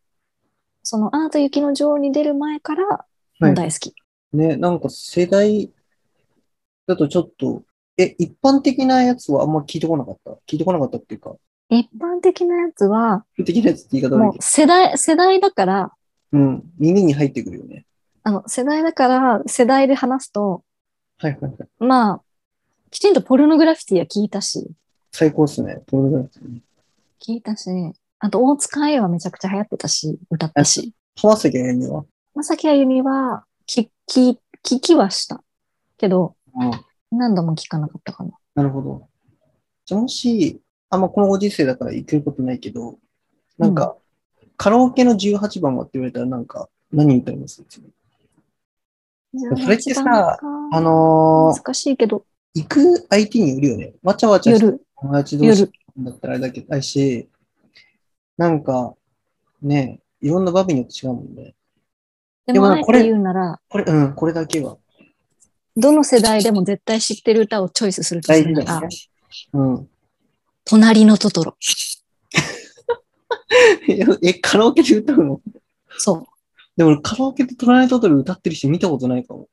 その、アナと雪の女王に出る前から、はもいう大好き。ね、なんか世代だとちょっと、え、一般的なやつはあんま聞いてこなかった聞いてこなかったっていうか、一般的なやつは、的なやつって言い方悪もいうけ世代、世代だから、ど。うん。耳に入ってくるよね。あの、世代だから、世代で話すと、はいはいはい。まあ、きちんとポルノグラフィティは聞いたし、最高っすね。ポルノグラフィティね聞いたし、あと、大塚愛はめちゃくちゃ流行ってたし、歌ったし、浜崎あゆみは。まさきあゆみは、聞き、聞きはした。けど、うん。何度も聞かなかったかな。なるほど。じゃあもし、あんまこのご時世だから行けることないけど、なんか、カラオケの18番はって言われたらなんか、何歌いますそれってさ18番かあのー、難しいけど、行く相手によるよね。わちゃわちゃして夜、友達同士夜。だったらあれだけど、あれし、なんか、ね、いろんな場面によって違うもんね。ででもも、なあえこれて言うなら、これ、うん、これだけはどの世代でも絶対知ってる歌をチョイスするとす大る事なだらよ、ね。うん。 隣のトトロ。え、カラオケで歌うのそう。でも俺カラオケでトライアンドトトロ歌ってる人見たことないかも。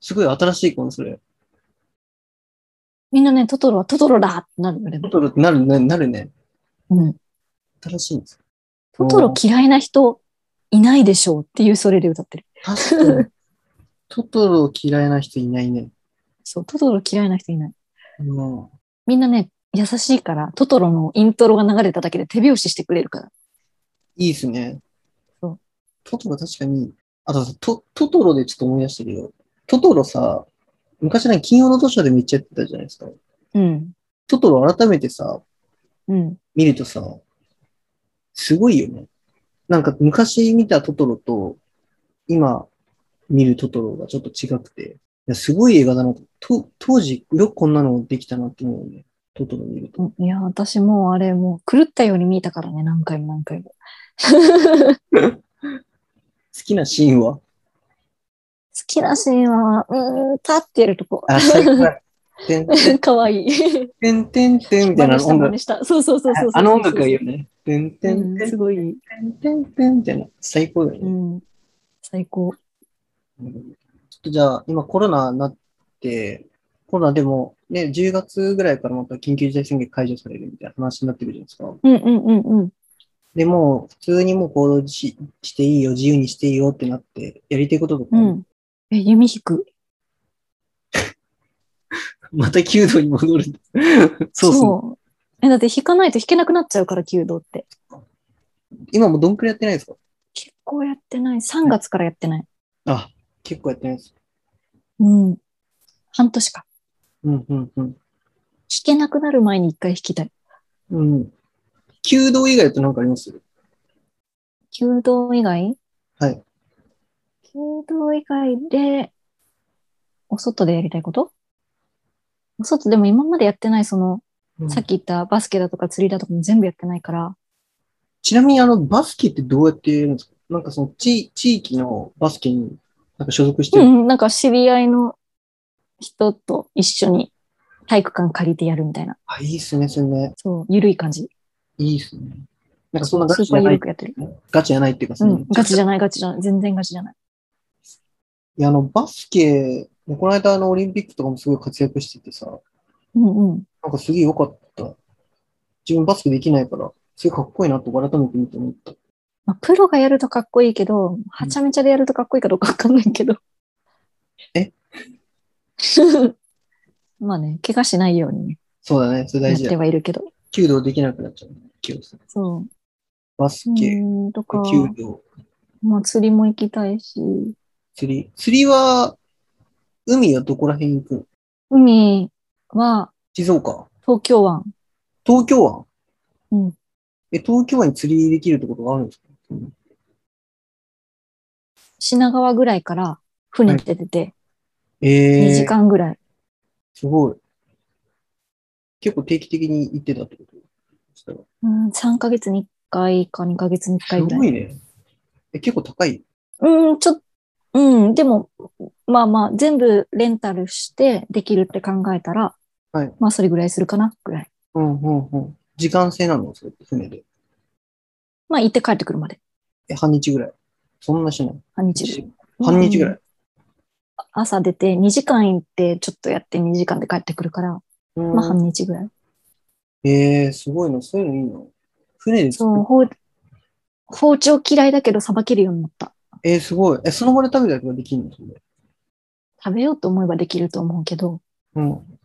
すごい新しいかも、それ。みんなね、トトロはトトロだってなるよね。トトロってなるね、なるね。うん。新しいん ですよトトロ嫌いな人いないでしょうっていうそれで歌ってる。確かに。トトロ嫌いな人いないね。そう、トトロ嫌いな人いない。うん。みんなね、優しいから、トトロのイントロが流れただけで手拍子してくれるから。いいですねそう。トトロ確かに、あとさト、トトロでちょっと思い出したけど、トトロさ、昔ね、金曜の図書でめっちゃやってたじゃないですか。うん。トトロ改めてさ、うん。見るとさ、すごいよね。なんか昔見たトトロと、今見るトトロがちょっと違くて、いやすごい映画だなと。と当時、よくこんなのできたなって思うよね。トトロ見ると。いや、私もうあれもう狂ったように見たからね、何回も何回も。好きなシーンは好きなシーンは、うーん、立ってやるとこ。 あ、最高だ。てんてんかわいい。てんてんてんみたい真な似した音真楽似。した。そうそうそうそうそう。あの音楽がいいよね。てんてうんんてんすごい、てんてんてんみたいな。最高だようね。ん、最高。うんちょっとじゃあ、今コロナになって、コロナでもね、10月ぐらいからまた緊急事態宣言解除されるみたいな話になってくるじゃないですか。うんうんうんうん。でも、普通にもう行動ししていいよ、自由にしていいよってなって、やりたいこととか、うん。え、弓引く。また弓道に戻 る。そうそうえ、だって引かないと引けなくなっちゃうから、弓道って。う。今もうどんくらいやってないですか結構やってない。3月からやってない。あ、結構やってないです。うん。半年か。うん、うん、うん。引けなくなる前に一回引きたい。うん。弓道以外と何かあります弓道以外はい。弓道以外で、お外でやりたいことお外でも今までやってない、その、うんさっき言ったバスケだとか釣りだとかも全部やってないから、ちなみにあの、バスケってどうやってやるんですかなんかその地、地域のバスケになんか所属してうる。ん、なんか知り合いの人と一緒に体育館借りてやるみたいな、あ、いいっすね、それね。そう、ゆるい感じ。いいっすね。なんかスそんなーガパチじゃーゆなるい、くやってる。ガチじゃないっていうか、うその、ん、ガチじゃゃない、ガチじゃない。全然ガチじゃない。いや、あの、バスケ、この間あの、オリンピックとかもすごい活躍しててさ、うんうん。なんかすげえ良かった。自分バスケできないから、すごいかっこいいなと改めて見て思った。まあ、プロがやるとかっこいいけど、はちゃめちゃでやるとかっこいいかどうかわかんないけど。え まあね、怪我しないようにね、そうだね、それや大っ事てだ。はいるけど。弓道できなくなっちゃうね。弓道そう。バスうケ、ーん、とか、弓道、まあ釣りも行きたいし、釣り。釣りは、海はどこら辺行くの海は静岡東京湾。東京湾うん。え、東京湾に釣りできるってことがあるんですか品川ぐらいから船で出てて、え2え時間ぐらい。すごい。結構定期的に行ってたってことそしたらうん、3ヶ月に1回か2ヶ月に1回ぐすらいご。いね。え、結構高い。うん、ちょっうん、でも、まあまあ、全部レンタルしてできるって考えたら、はいまあ、それぐらいするかな、ぐらい。うん、うん、うん。時間制なのそれって船で。まあ、行って帰ってくるまで、え、半日ぐらい。そんなしない。半日で。半日ぐらうんい。朝出て、2時間行って、ちょっとやって2時間で帰ってくるから、うんまあ、半日ぐらい。ええすごいな。そういうのいいな。船で作そう、る。包包丁嫌いだけどさばけるようになった。えー、すごい。え、その場で食べたりとかできるのそれ。食べようと思えばできると思うけど、うん。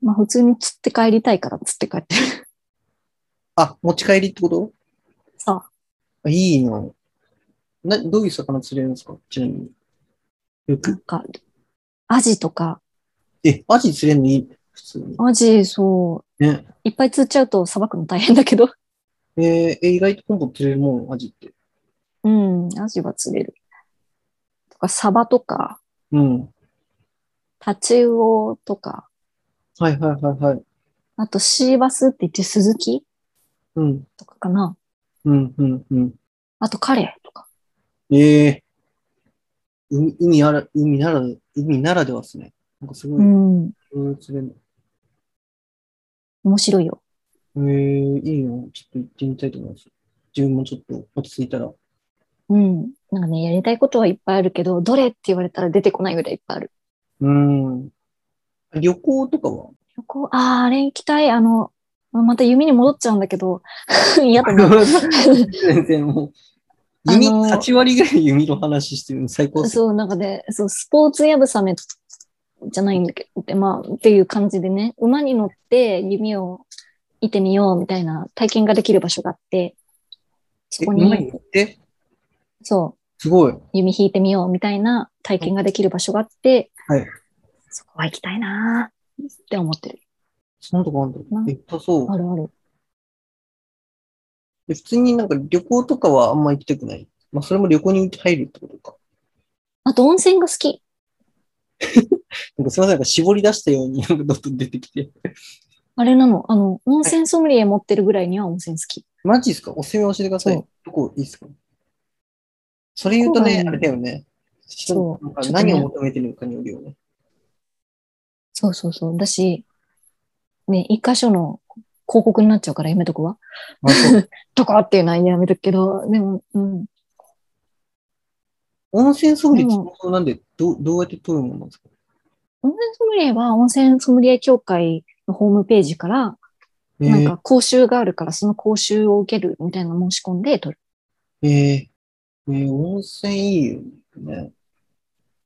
まあ普通に釣って帰りたいから釣って帰ってる。あ、持ち帰りってことそう。あいいな。な、どういう魚釣れるんですかちなみに。よなんく。か、アジとか、え、アジ釣れるのいいね普通に。アジ、そね。う、いっぱい釣っちゃうとさばくの大変だけど。えーえ、意外とポンポン釣れるもん、アジって。うん、アジは釣れる。とか、サバとか、うん。タチウオとか、はいはいはいはい。あとシーバスって言ってスズキうん。とかかな。うん、うん、うん。あとカレイとか。ええ海、海あら、海なら、海ならではですね。なんかすごうい、いん、ろいろ釣れる面白いよ。の。ええいいよ。ちょっと行ってみたいと思います。自分もちょっと落ち着いたら。うん。なんかね、やりたいことはいっぱいあるけど、どれって言われたら出てこないぐらいいっぱいある。うん。旅行とかは旅行、ああ、あれ行きたい。あの、また弓に戻っちゃうんだけど、 嫌だな。 全然もう、 弓、あのー8割ぐらい弓の話してるの最高です。そう、なんかね、そう、スポーツやぶさめじゃないんだけど、でまあ、っていう感じでね、馬に乗って弓を射てみようみたいな体験ができる場所があって、そえ、こ馬にに、乗ってそすごい。う、弓引いてみようみたいな体験ができる場所があって、はいそこは行きたいなーって思ってる。そんなとこあんだ。なえっと、そう。あるある。で普通になんか旅行とかはあんま行きたくない。まあ、それも旅行に入るってことか。あと温泉が好き。なんかすいません、なんか絞り出したように、なんかどんどん出てきて。あれなの、あの、温泉ソムリエ持ってるぐらいには温泉好き。 マジですかおすすめ教えてくださそ。いうどこいいですかそれ言うとね、どこがいいあれだよね。人そうなんかちょっとね何を求めてるのかによるよね。そうそうそう。だし、ね、一箇所の広告になっちゃうからやめとくわ。あそうとかっていうのはやめるけど、でも、うん。温泉ソムリエで基も本なんで、どうどうやって取るものなんですか温泉ソムリエは温泉ソムリエ協会のホームページから、えなんーか講習があるから、その講習を受けるみたいなの申し込んで取る。えー、えー温泉いいよね。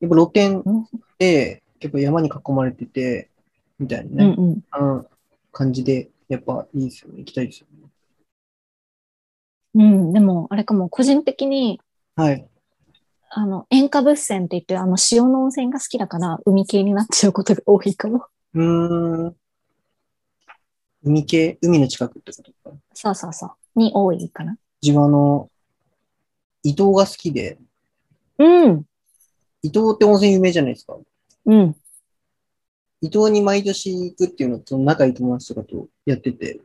やっぱ露天うんで、やっぱ山に囲まれてて、みたいなね。うんうん。あの感じで、やっぱいいですよね。行きたいですよね。うん、でも、あれかも、個人的に、はい。あの、塩化物泉って言って、あの、塩の温泉が好きだから、海系になっちゃうことが多いかも。うーん。海系、海の近くってことか。そうそうそう。に多いかな。自分あの、伊東が好きで、うん。伊東って温泉有名じゃないですか。うん。伊東に毎年行くっていうのと、仲いい友達とかとやってて、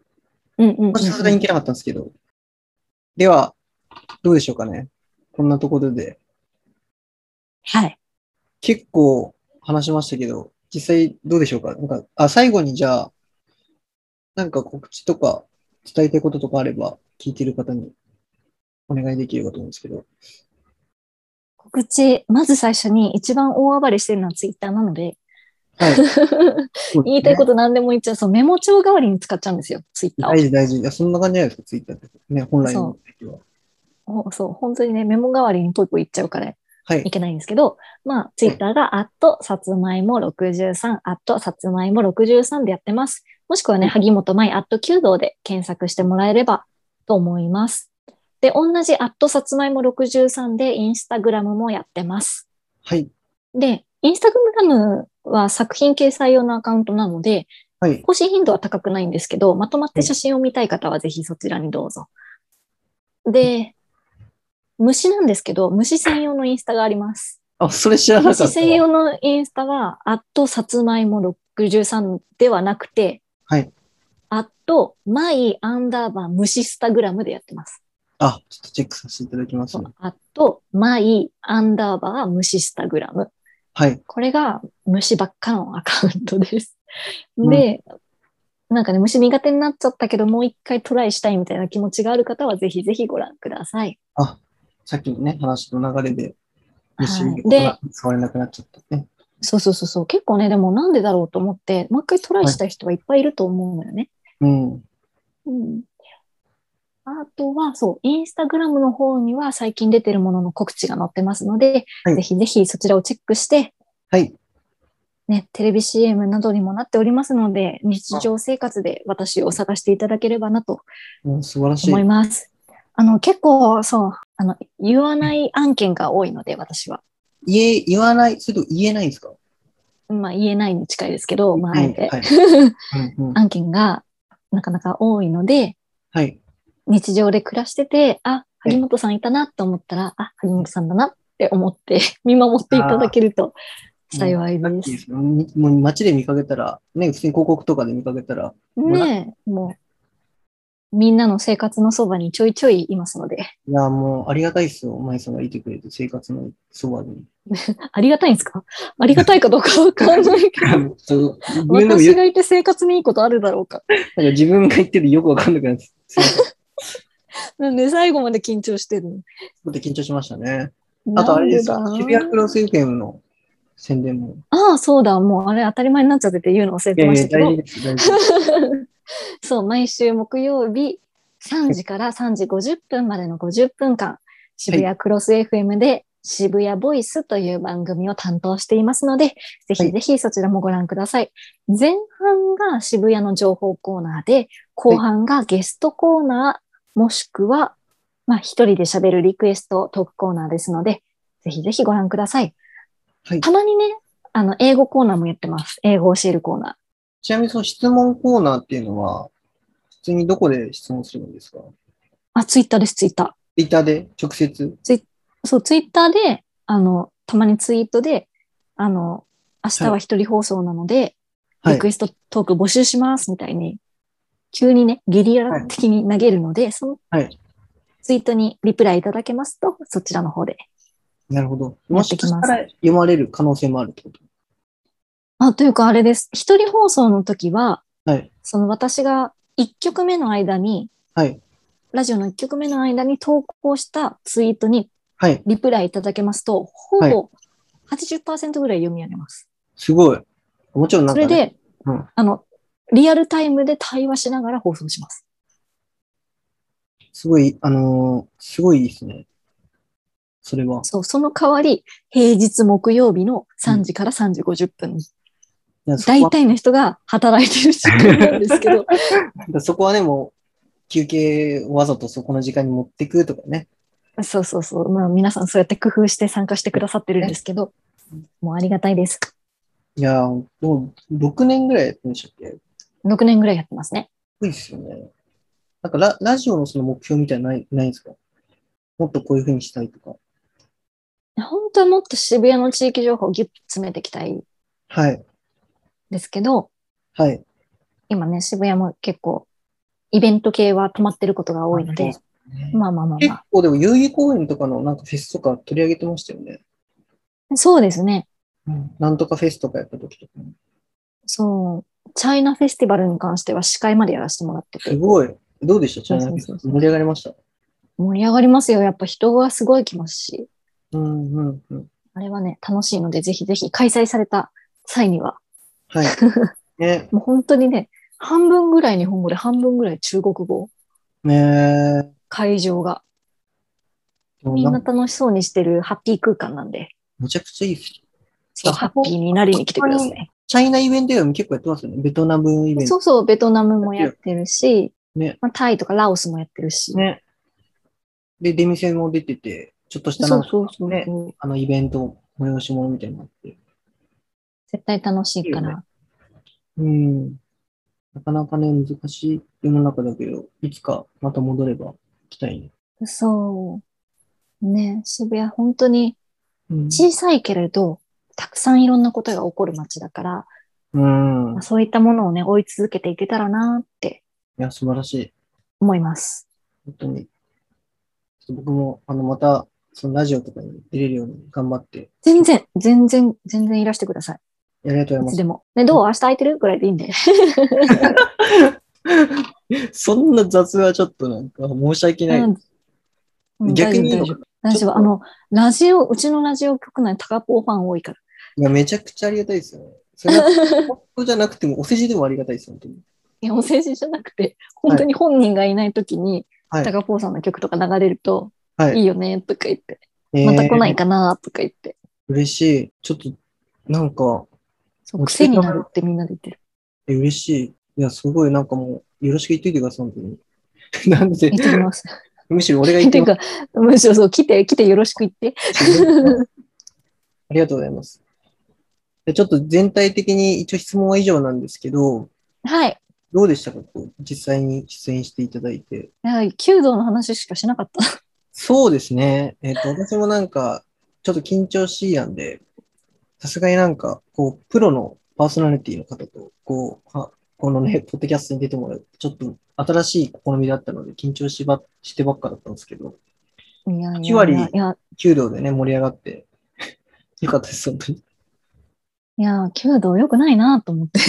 うんうん、うん。私さすがに行けなかったんですけど。では、どうでしょうかね。こんなところで。はい。結構話しましたけど、実際どうでしょうかなんか、あ、最後にじゃあ、なんか告知とか伝えたいこととかあれば、聞いてる方にお願いできればと思うんですけど。告知、まず最初に一番大暴れしてるのはツイッターなので、 はい。。言いたいことと何でも言っちゃう。そう、メモ帳代わりに使っちゃうんですよ、ツイッター大事、大事。いや、そんな感じじゃないですか、ツイッターって。ね、本来の目的は。を。おそう、本当にね、メモ代わりにポイポイ言っちゃうからはいい。けないんですけど、まあ、ツイッターが、アット、さつまいも63、アット、さつまいも63でやってます。もしくはね、萩本舞、アット9道で検索してもらえればと思います。で、同じ、アット、さつまいも63で、インスタグラムもやってます。はい。で、インスタグラムは作品掲載用のアカウントなので、はい。更新頻度は高くないんですけど、まとまって写真を見たい方はぜひそちらにどうぞ。で、虫なんですけど、虫専用のインスタがあります。あ、 それ知らなかった虫わ。専用のインスタは、アットさつまいも63ではなくて、はい。アットマイアンダーバー虫スタグラムでやってます。あ、ちょっとチェックさせていただきますね。アットマイアンダーバー虫スタグラム。はい。これが虫ばっかのアカウントです。で、なんかね、虫苦手になっちゃったけど、もう一回トライしたいみたいな気持ちがある方は、ぜひぜひご覧ください。あ、さっきのね、話の流れで、虫はいが触れなくなっちゃったね。そうそうそうそう。結構ね、でもなんでだろうと思って、もう一回トライしたい人はいっぱいいると思うのよね。うん。うん。あとは、そう、インスタグラムの方には最近出てるものの告知が載ってますので、はいぜひぜひそちらをチェックして、はい。ね、テレビ CM などにもなっておりますので、日常生活で私を探していただければなとうん素晴らしい思い。ます。あの、結構、そう、あの、言わない案件が多いので、私は。言え、言わない、それと言えないんですかまあ、言えないに近いですけど、まあ、あえて、はいうんうん 案件がなかなか多いので、はい。日常で暮らしてて、あ、萩本さんいたなと思ったら、あ、萩本さんだなって思って、 見守っていただけると幸いラッで。キーですすよもう街で見かけたら、ね、普通に広告とかで見かけたら、もうラッねえ、もう、みんなの生活のそばにちょいちょいいますので、いや、もうありがたいっすよ。お前さんがいてくれて、生活のそば に。ありがたいんですかありがたいかどうかわかんな いけど、そう自分でもよ私がいて生活にいいことあるだろうか。なんか自分が言っててよくわかんなくなって、すいませんちなんで最後まで緊張してるのょっと緊張しましたね。あとあれですよなんだ渋谷クロス FM の宣伝も。ああ、そうだ。もうあれ当たり前になっちゃってて言うの忘れいてやまいしや、たけ大ど事。です、大事です。 そう、毎週木曜日3時から3時50分までの50分間、渋谷クロス FM で渋谷ボイスという番組を担当していますので、ぜひぜひそちらもご覧ください。前半が渋谷の情報コーナーで、後半がゲストコーナー、もしくは、まあ、一人で喋るリクエストトークコーナーですので、ぜひぜひご覧ください。はいたまにね、あの、英語コーナーもやってます。英語を教えるコーナー。ちなみにその質問コーナーっていうのは、普通にどこで質問するんですかあ、ツイッターです、ツイッター。ツイッターで直接そう、ツイッターで、あの、たまにツイートで、あの、明日は一人放送なので、はいリクエストトーク募集しますみたいに、急にね、ゲリラ的に投げるので、その、はいツイートにリプライいただけますと、そちらの方で。なるほど。やもっしてかきしますたら読まれる可能性もあるってことあ、というかあれです。一人放送の時は、はい。その私が一曲目の間に、はい。ラジオの一曲目の間に投稿したツイートにはい。リプライいただけますと、ほはいぼ80%ぐらい読み上げます。すごい。もちろんなんそか、ね、れで、うんあの、リアルタイムで対話しながら放送します。すごい、あのーすごいですね。それは。そう、その代わり、平日木曜日の3時から3時50分、いやそこ大は体の人が働いてる時間なんですけ ど、そこはね、もう、休憩をわざとそこの時間に持ってくとかね。そうそうそう、まあ皆さんそうやって工夫して参加してくださってるんですけど、もうありがたいです。いやー、もう6年ぐらいやってましたっけす6年ぐらいやってますね。ごいっすよね。なんかララジオのその目標みたいなのないないんですかもっとこういう風にしたいとか。本当はもっと渋谷の地域情報をギュッと詰めていきたいんはい。ですけど、はい。今ね、渋谷も結構、イベント系は止まってることが多いので、まあまあまあ結ま構でも、遊戯公園とかのなんかフェスとか取り上げてましたよね。あ。そうですね。うん、なんとかフェスとかやった時とかも。そう。チャイナフェスティバルに関しては司会までやらせてもらってすて、ごい。どうでしたチャイナフェスそうそうそうそう盛り上がりました。盛り上がりますよ。やっぱ人がすごい来ますし、うんうんうん。あれはね、楽しいので、ぜひぜひ開催された際には、はい。ね。もう本当にね、半分ぐらい日本語で半分ぐらい中国語、ね会場が。え。みんななんか楽しそうにしてるハッピー空間なんで、めちゃくちゃいいです。そうハッピーになりに来てください。チャイナイベントよりも結構やってますよね。ベトナムイベンそト。うそう、ベトナムもやってるし、ねまあ、タイとかラオスもやってるし、ね。で、出店も出てて、ちょっとしたそなうんかそうそう、ねあのイベント、催し物みたいになのあって。絶対楽しいかいいよら。うん。なかなかね、難しい世の中だけど、いつかまた戻れば行きたいね。そう。ね、渋谷本当にうん。小さいけれど、たくさんいろんなことが起こる街だから、うんまあ、。そういったものをね、追い続けていけたらなっていや、素晴らしい。思います。本当に。ちょっと僕も、あの、また、そのラジオとかに出れるように頑張って、全然、全然、全然いらしてください。ありがとういごつざいでも。ね、どう明日空いてるぐらいでいいんで。ます。 そんな雑はちょっとなんか申し訳ない。うんうん逆にいい大の丈か夫。大ち丈ょっ夫。とあの、ラジオ、うちのラジオ局内、タカポーファン多いから。いや、めちゃくちゃありがたいですよね。それは、本当じゃなくても、お世辞でもありがたいです、本当に。いや、もう成人じゃなくて、本当に本人がいないときに、はいタカポーさんの曲とか流れると、はいいいよね、とか言って、えー また来ないかな、とか言って、嬉しい。ちょっと、なんか、そう癖になるってみんなで言ってる。え嬉しい。いや、すごい、なんかもう、よろしく言っといてください、本当に。 なんで言、ってきます。むしろ俺が言っってていうます。か、むしろそう、来て、来てよろしく言って。 ありがとうございます。でちょっと全体的に一応質問は以上なんですけど、はい。どうでしたかこう実際に出演していただいて。はい、弓道の話しかしなかった。そうですね。えっ、 と、私もなんか、ちょっと緊張しいやんで、さすがになんか、こう、プロのパーソナリティの方と、こう、はこの ね、ポッドキャストに出てもらう、ちょっと新しい試みだったので、緊張しば、してばっかだったんですけど、 いやいやい8割や、いや、弓道でね、盛り上がって、 よかったです、本 当に。いや、弓道良くないなと思って。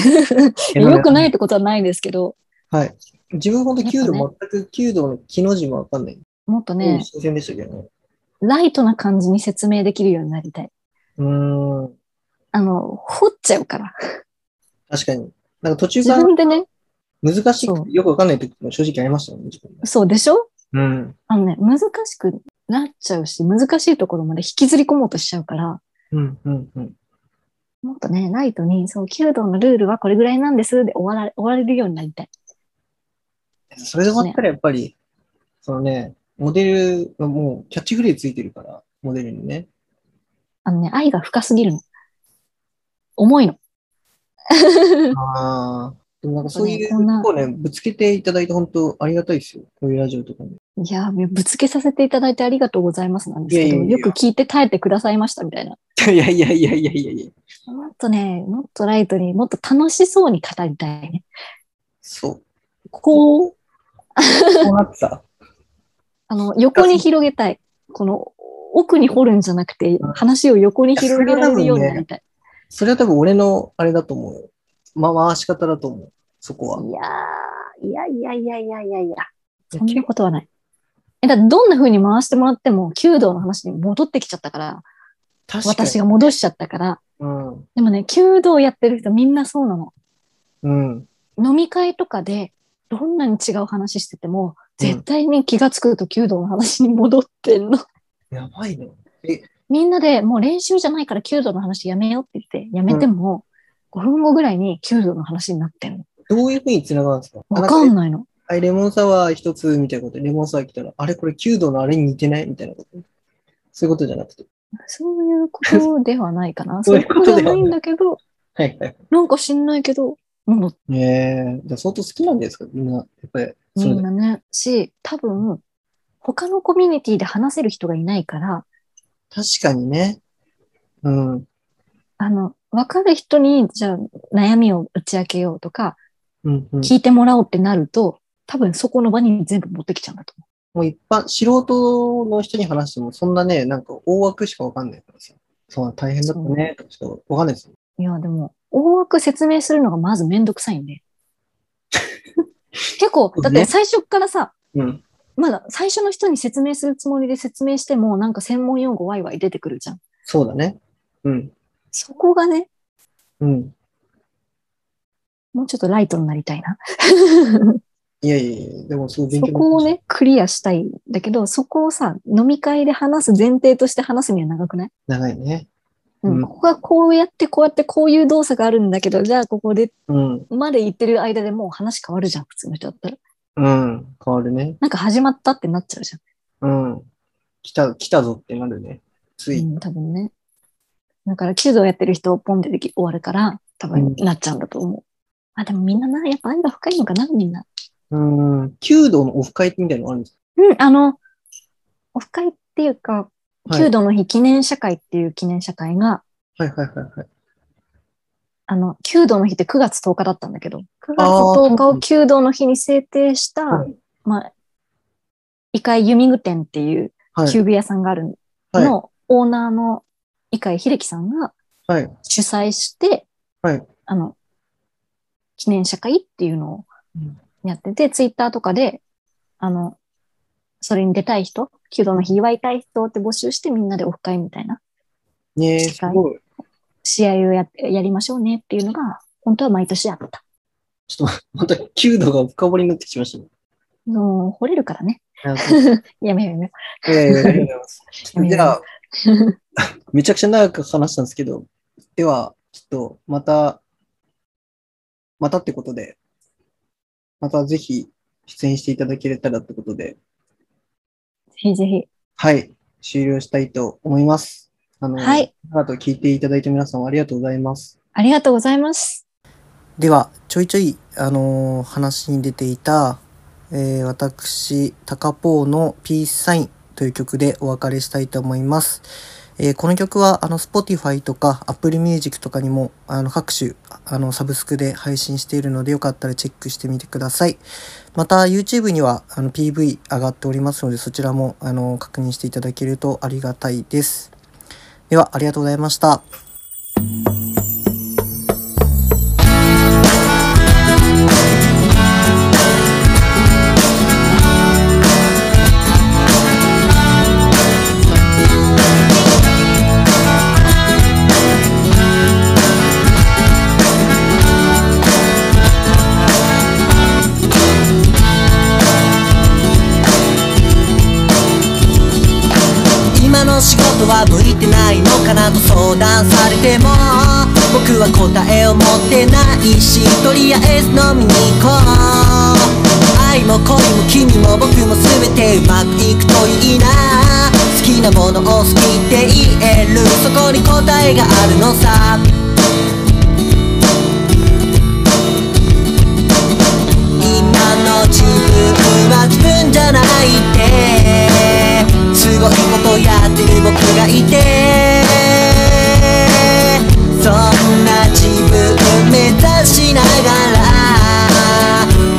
良くないってことはないですけど、はい。自分本当弓やっ道、全く弓道の木の字もわかんない。もっとね、新鮮でしたけどね。ライトな感じに説明できるようになりたい。うーん、あの、掘っちゃうから。確かに。なんか途中自から分でね、難しそくてよくわかんない時も正直ありましたもんね、自分もそうでしょうん。あのね、難しくなっちゃうし、難しいところまで引きずり込もうとしちゃうから、うん、うん、うん。もっとね、ライトに、そう、弓道のルールはこれぐらいなんですで終わら終われるようになりたい。それで終わったらやっぱり、そのね、モデルがもうキャッチフレーズついてるから、モデルに ね。あのね、愛が深すぎるの。重いの。ああ。でもなんかそういうこんなとこね、ぶつけていただいて本当ありがたいですよ。こういうラジオとかに。いやー、ぶつけさせていただいてありがとうございますなんですけど、いやいやいやよく聞いて耐えてくださいましたみたいな。 いやいやいやいやいやいや。もっとね、もっとライトにもっと楽しそうに語りたいね。そう。こう、こうなってた。あの、横に広げたい。この、奥に掘るんじゃなくて、話を横に広げられるようになりたい。それは多分俺のあれだと思うよ。ま、回し方だと思う。そこは。いやー、いやいやいやいやいやいや。そんなことはない。え、だってどんな風に回してもらっても、弓道の話に戻ってきちゃったから、確かに。私が戻しちゃったから。うん。でもね、弓道やってる人みんなそうなの。うん。飲み会とかでどんなに違う話してても、絶対に気がつくと弓道の話に戻ってんの。 やばいね。みんなでもう練習じゃないから弓道の話やめようって言って、やめても、5分後ぐらいに弓道の話になってんの。どういうふうに繋がるんですかわかんい。ないの。はい、レモンサワー一つみたいなことで、レモンサワー来たら、あれこれ弓道のあれに似てないみたいなこと。そういうことじゃなくて。そういうことではないかな。 そそうういいううここととででははないないんだけど、はいはい。なんか知んないけど、戻ってええじゃあ相当好きなんですかみんな、やっぱり。そみれんでなね。し、多分、他のコミュニティで話せる人がいないから、確かにね。うん。あの、わかる人に、じゃあ悩みを打ち明けようとか、うん、うん。聞いてもらおうってなると、多分そこの場に全部持ってきちゃうんだとも思う一般、素人の人に話しても、そんなね、なんか大枠しかわかんないからさ。そう、大変だったね、とかしかわかんないですよ。う。いや、でも、大枠説明するのがまずめんどくさい んで。結構、だって最初っからさ、うん。まだ最初の人に説明するつもりで説明しても、なんか専門用語ワイワイ出てくるじゃん。そうだね。うん。そこがね、うん。もうちょっとライトになりたいな。いやいやいや、でもそう勉強になりまそしたこを。ね、クリアしたいんだけど、そこをさ、飲み会で話す前提として話すには長くない長いね。うん、うんここがこうやって、こうやって、こういう動作があるんだけど、じゃあここでうん。まで言ってる間でもう話変わるじゃん、普通の人だったら。うん。変わるね。なんか始まったってなっちゃうじうん。来た、来たぞってなるね。つゃい。ん。うん、多分ね。だから、弓道やってる人をポンででき終わるから、多分うなっちゃうんだと思う。あ、でもみんなな、やっぱ愛が深いのかな、みんな。うん。弓道のオフ会みたいなのあるんですうん、あの、オフ会っていうか、か弓道の日記念社会っていう記念社会が、はいはいはいはいはい。あの、弓道の日って9月10日だったんだけど、9月あー10日を弓道の日に制定した、はいまあ、異界弓具店っていうはい。弓具屋さんがあるはいのオーナーの伊海秀樹さんがはい主催して、はいあの、記念社会っていうのをうんやってて、ツイッターとかで、あの、それに出たい人、弓道の日祝いたい人って募集してみんなでオフ会みたいなねえ、すごい。試合をやってやりましょうねっていうのが、本当は毎年あった。ちょっとまた9度が深掘りになってきましたね。もう、掘れるからね。なんかやめようやめよいやいやいやありがとうございますちょっとじゃあ、う。めちゃくちゃ長く話したんですけど、 では、ちょっとまた、またってことで、またぜひ出演していただけれたらってことで、ぜひぜひ。はい、終了したいと思います。あの、はい。あと聞いていただいた皆さんありがとうございます。ありがとうございます。では、ちょいちょい、あのー話に出ていた、えー私、タカポーのピースサインという曲でお別れしたいと思います。えーこの曲は、あの、Spotify とか Apple Music とかにも、あの、各種、あの、サブスクで配信しているので、よかったらチェックしてみてください。また、YouTube には、あの、PV 上がっておりますので、そちらも、あの、確認していただけるとありがたいです。では、ありがとうございました。今の仕事は向いてないのかなと相談されても僕は答えを持ってないしとりあえず飲みに行こう愛も恋も君も僕も全てうまくいくといいな好きなものを好きって言えるそこに答えがあるのさ今の自分は自分じゃないってすごいことやってる僕がいてそんな自分目指しながら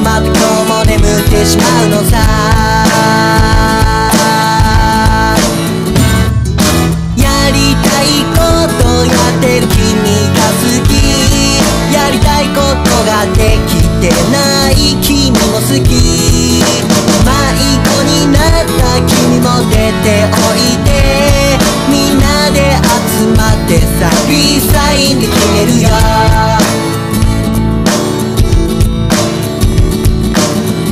また今日も眠ってしまうのさやりたいことやってる君が好きやりたいことができてない君も好き迷子になった君も出ておいてみんなで集まってさピースサインで決めるよ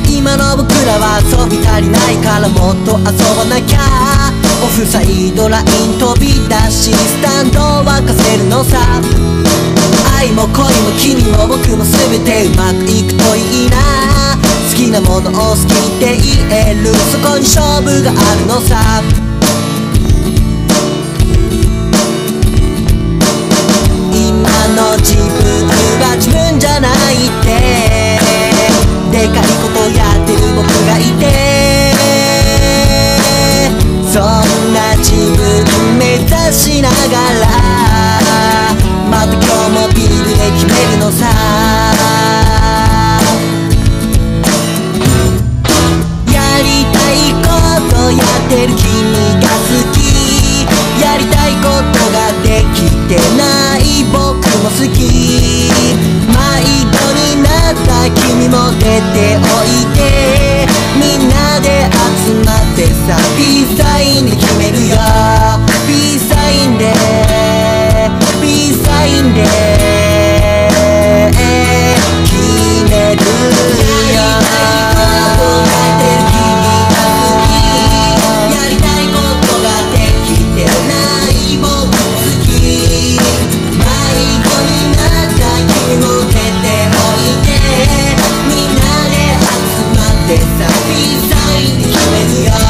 今の僕らは遊び足りないからもっと遊ばなきゃオフサイドライン飛び出しスタンドを沸かせるのさ愛も恋も君も僕も全てうまくいくといいな好きなものを好きって言えるそこに勝負があるのさ今の自分は自分じゃないってでかいことやってる僕がいてそんな自分目指しながらまた今日もビールで決めるのさやりたいことやってる君が好きやりたいことができてない僕も好き迷子になった君も出ておいてみんなで集まってさピースサインで決めるよピースサインでピースサインで決めるよやりたいことができてない僕も好き迷子になった君も出ておいてみんなで集まってさピーサインで決めるよ